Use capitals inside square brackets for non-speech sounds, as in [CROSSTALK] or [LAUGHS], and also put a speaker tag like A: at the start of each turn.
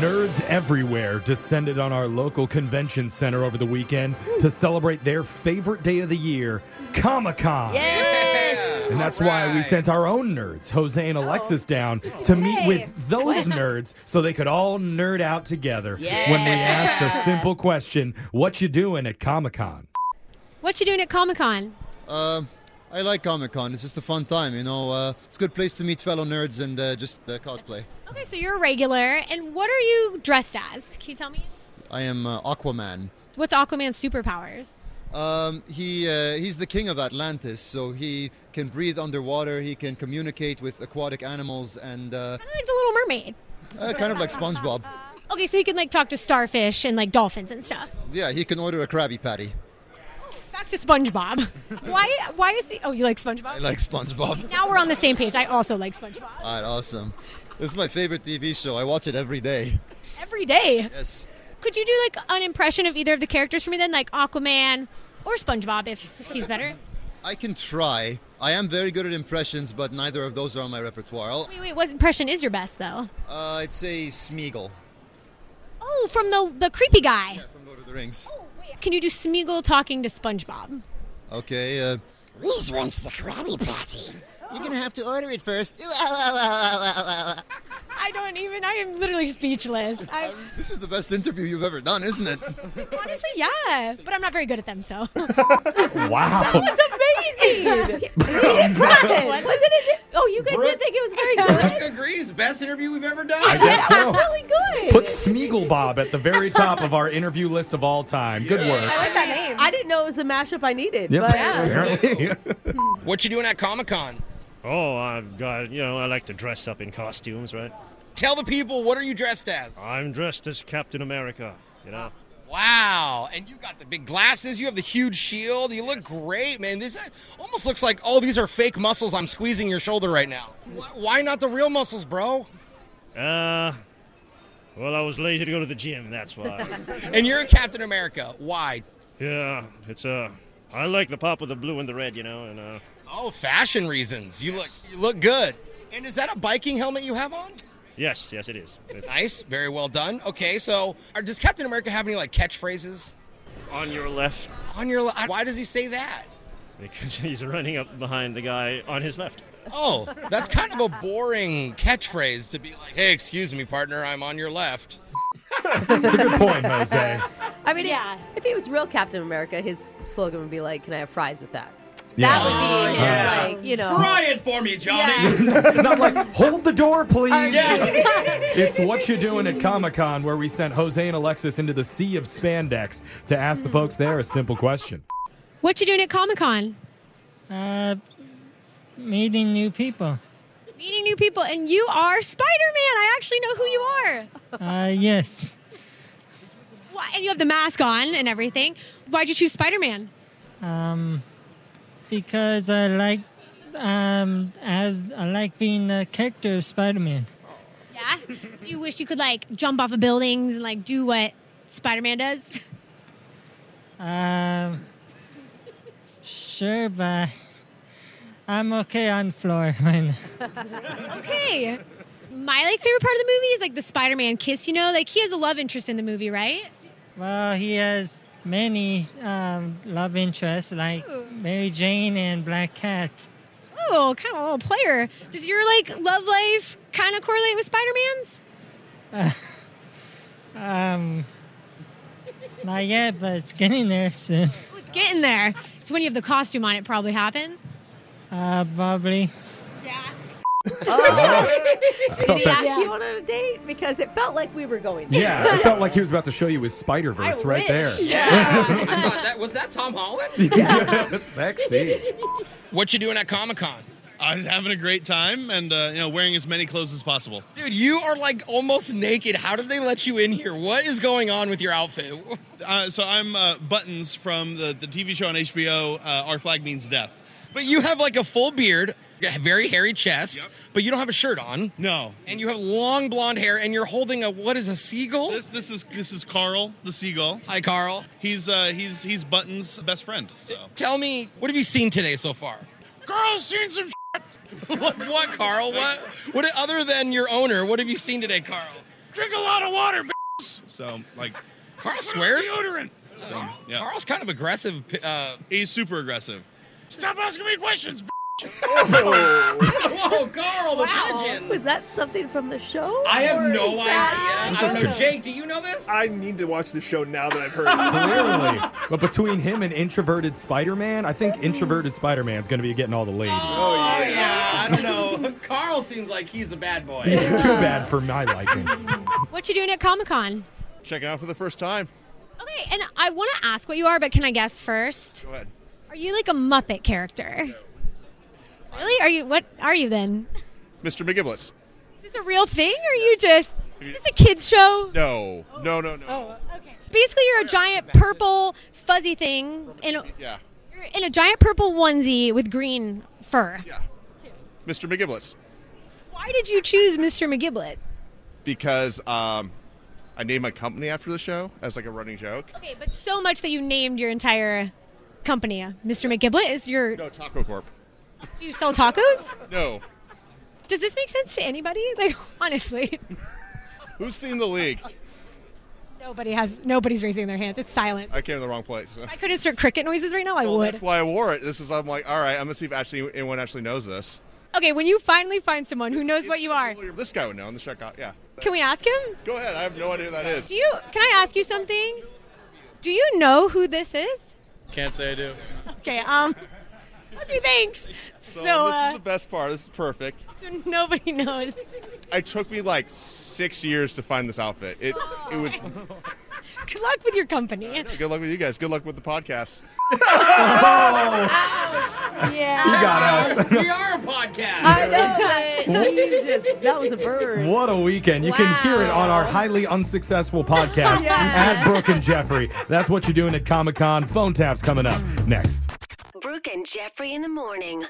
A: Nerds everywhere descended on our local convention center over the weekend to celebrate their favorite day of the year, Comic Con.
B: Yes.
A: And that's why we sent our own nerds, Jose and Alexis, down to meet
B: Hey.
A: with
B: [LAUGHS]
A: those nerds so they could all nerd out together when we asked a simple question What you doing at Comic Con?
C: What you doing at Comic Con?
D: Uh, I like Comic Con. It's just a fun time, you know. Uh, it's a good place to meet fellow nerds and uh, just uh, cosplay.
C: Okay, so you're a regular, and what are you dressed as? Can you tell me?
D: I am uh, Aquaman.
C: What's Aquaman's superpowers?
D: Um, he uh, he's the king of Atlantis, so he can breathe underwater. He can communicate with aquatic animals, and uh,
C: Kinda Like the Little Mermaid.
D: uh, kind of like SpongeBob.
C: Okay, so he can like talk to starfish and like dolphins and stuff.
D: Yeah, he can order a Krabby Patty.
C: Back
D: [LAUGHS]
C: to SpongeBob. why? Why is he? Oh, you like SpongeBob?
D: I Uh, like SpongeBob. [LAUGHS]
C: now we're on the same page. I also like SpongeBob.
D: All right, awesome. This is my favorite TV show. I watch it every day.
C: Every day.
D: Yes.
C: Could you do like an impression of either of the characters for me then, like Aquaman or SpongeBob, if
D: [LAUGHS]
C: he's better?
D: I can try. I am very good at impressions, but neither of those are on my repertoire. I'll,
C: Wait, wait. What impression is your best though?
D: uh, I'd say Smeagol
C: Oh, from the the creepy guy.
D: from Lord of the Rings.
C: Can you do Smeagol talking to SpongeBob?
D: Okay. Uh,
E: Reese wants the Krabby Patty.
D: You're gonna have to order it first. [LAUGHS]
C: I don't even. I am literally speechless. I,
A: [LAUGHS]
D: This is the best interview you've ever done, isn't it?
C: honestly, yeah, but I'm not very good at them, [LAUGHS] so.
B: [LAUGHS]
A: Wow.
C: [LAUGHS]
B: Amazing. was it private? Was it? Is it? Oh, you guys didn't think it was very good.
F: agrees. Best interview we've ever done.
A: I guess so.
B: really good.
A: Put Smeagol Bob at the very top of our interview list of all time. Good work.
B: I like that name. I didn't know it was the mashup I needed.
A: Yep,
B: But
A: apparently. [LAUGHS]
F: What you doing at Comic Con?
G: Oh, I've got, you know, I like to dress up in costumes, right?
F: Tell the people what are you dressed as?
G: I'm dressed as Captain America, you know?
F: Wow! And you got the big glasses. You have the huge shield. You look great, man. This uh, almost looks like oh, these are fake muscles. I'm squeezing your shoulder right now. Wh- Why not the real muscles, bro?
G: Uh, well, I was lazy to go to the gym, that's why.
F: And you're a Captain America. Why?
G: yeah, it's, uh, I like the pop of the blue and the red, you know, and, uh,
F: Oh, fashion reasons. You look you look good. And is that a biking helmet you have on?
G: yes, yes, it is. It's
F: Nice, very well done. Okay, so are, does Captain America have any like catchphrases
G: on your left,
F: on your? li- Why does he say that?
G: because [LAUGHS] he's running up behind the guy on his left.
F: Oh, that's kind of a boring catchphrase to be like, "Hey, excuse me, partner, I'm on your left."
A: It's a good point, Jose.
B: I mean,
C: Yeah.
B: if he was real Captain America, his slogan would be like, "Can I have fries with that?"
A: Yeah. Uh,
B: That would be his,
A: Yeah.
B: like, you know.
F: Try it for me, Johnny.
A: Not like, hold the door, please. [LAUGHS] It's what you doing at Comic Con, where we sent Jose and Alexis into the sea of spandex to ask the folks there a simple
B: [LAUGHS]
A: question.
C: What you doing at Comic Con?
H: Uh, meeting new people.
C: Meeting new people, and you are Spider Man. I actually know who you are.
H: Uh, yes.
C: Why, and you have the mask on and everything. Why'd you choose Spider Man?
H: Um, because I like, um, as I like being a character of Spider-Man.
C: Yeah. Do you wish you could like jump off of buildings and like do what Spider Man does?
H: Um, sure, but I'm okay on floor [LAUGHS] right now.
C: Okay. My like favorite part of the movie is like the Spider Man kiss. You know, like he has a love interest in the movie, right?
H: Well, he has many um, love interests like
C: Ooh.
H: Mary Jane and Black Cat.
C: Oh, kind of a little player. Does your like love life kind of correlate with Spider Man's?
H: Um, not yet, but it's getting there soon.
C: Oh, it's getting there. It's when you have the costume on. It probably happens.
H: Uh, probably.
C: Yeah.
B: Did he ask
C: Yeah.
B: you on a date? Because it felt like we were going. there.
A: Yeah, it felt like he was about to show you his Spider Verse
C: I
A: right
C: wish.
A: there.
F: I thought that was that Tom Holland.
A: [LAUGHS] Sexy.
F: What you doing at Comic Con?
I: I'm having a great time and uh, you know wearing as many clothes as possible.
F: Dude, you are like almost naked. How did they let you in here? What is going on with your outfit?
I: Uh, so I'm uh, Buttons from the, the TV show on HBO. Uh, Our flag means death.
F: But you have like a full beard, a very hairy chest,
I: Yep.
F: but you don't have a shirt on.
I: No,
F: And you have long blonde hair and you're holding a what is a seagull?
I: this this is this is Carl the seagull.
F: Hi Carl.
I: He's uh, he's he's Buttons' best friend. So
F: Tell me, what have you seen today so far? Carl's seen some [LAUGHS] what, what Carl? What what other than your owner, what have you seen today, Carl?
G: Drink a lot of water, bitches.
I: So like,
F: Carl swears.
G: Deodorant.
I: so, yeah,
F: Carl's kind of aggressive. p- [LAUGHS] Uh,
I: he's super aggressive.
G: [LAUGHS] Stop asking me questions. b****.
F: Whoa, Oh, Carl, the
B: Wow. Was that something from the show?
F: I have
B: Or
F: no
B: is
F: idea.
B: that-
F: I don't know. Jake, do you know this?
J: I need to watch the show now that I've heard it.
A: Clearly. but between him and introverted Spider Man, I think introverted Spider Man's going to be getting all the ladies.
F: Oh, yeah. I don't know. [LAUGHS] Carl seems like he's a bad boy.
A: Too bad for my liking.
C: What you doing at Comic Con?
K: Checking out for the first time.
C: Okay, and I want to ask what you are, but can I guess first?
K: Go ahead.
C: Are you like a Muppet character? Really? Are you? What are you then?
K: Mr. McGiblis.
C: Is this a real thing, or are you just? Is this a kids show?
K: No. No, no, no.
C: Oh. Okay. Basically, you're a giant purple fuzzy thing in a,
K: Yeah.
C: you're in a giant purple onesie with green fur.
K: Yeah. Mr. McGiblis.
C: Why did you choose Mr. McGiblet?
K: Because um, I named my company after the show as like a running joke.
C: Okay, but so much that you named your entire company Mr. McGiblet. Is your
K: No, Taco Corp.
C: do you sell tacos?
K: No.
C: Does this make sense to anybody? [LAUGHS] Like honestly,
K: Who's seen the league?
C: nobody has. Nobody's raising their hands. It's silent.
K: I came to the wrong place.
C: I could insert cricket noises right now. I
K: Well,
C: would.
K: that's why I wore it. This is I'm like, all right, I'm gonna see if actually anyone actually knows this.
C: Okay, when you finally find someone who knows what you are,
K: This guy would know on the checkout. Yeah.
C: can we ask him?
K: Go ahead. I have no idea who that is. Um,
C: Do you? Can I ask you something? Do you know who this is?
L: Can't say I do.
C: Okay. Um. Okay. Thanks. So,
K: this
C: uh,
K: is the best part. This is perfect.
C: so nobody [LAUGHS] knows.
K: It took me like six years to find this outfit. It it was.
C: Good luck with your company.
K: Good luck with you guys. Good luck with the podcast.
C: Yeah.
A: You got us.
F: we are a podcast.
B: I know, but you [LAUGHS] just, that was a bird.
A: What a weekend. You can hear it on our highly unsuccessful podcast at Brooke and Jeffrey. That's what you're doing at Comic Con. Phone taps coming up next.
E: Brooke and Jeffrey in the morning.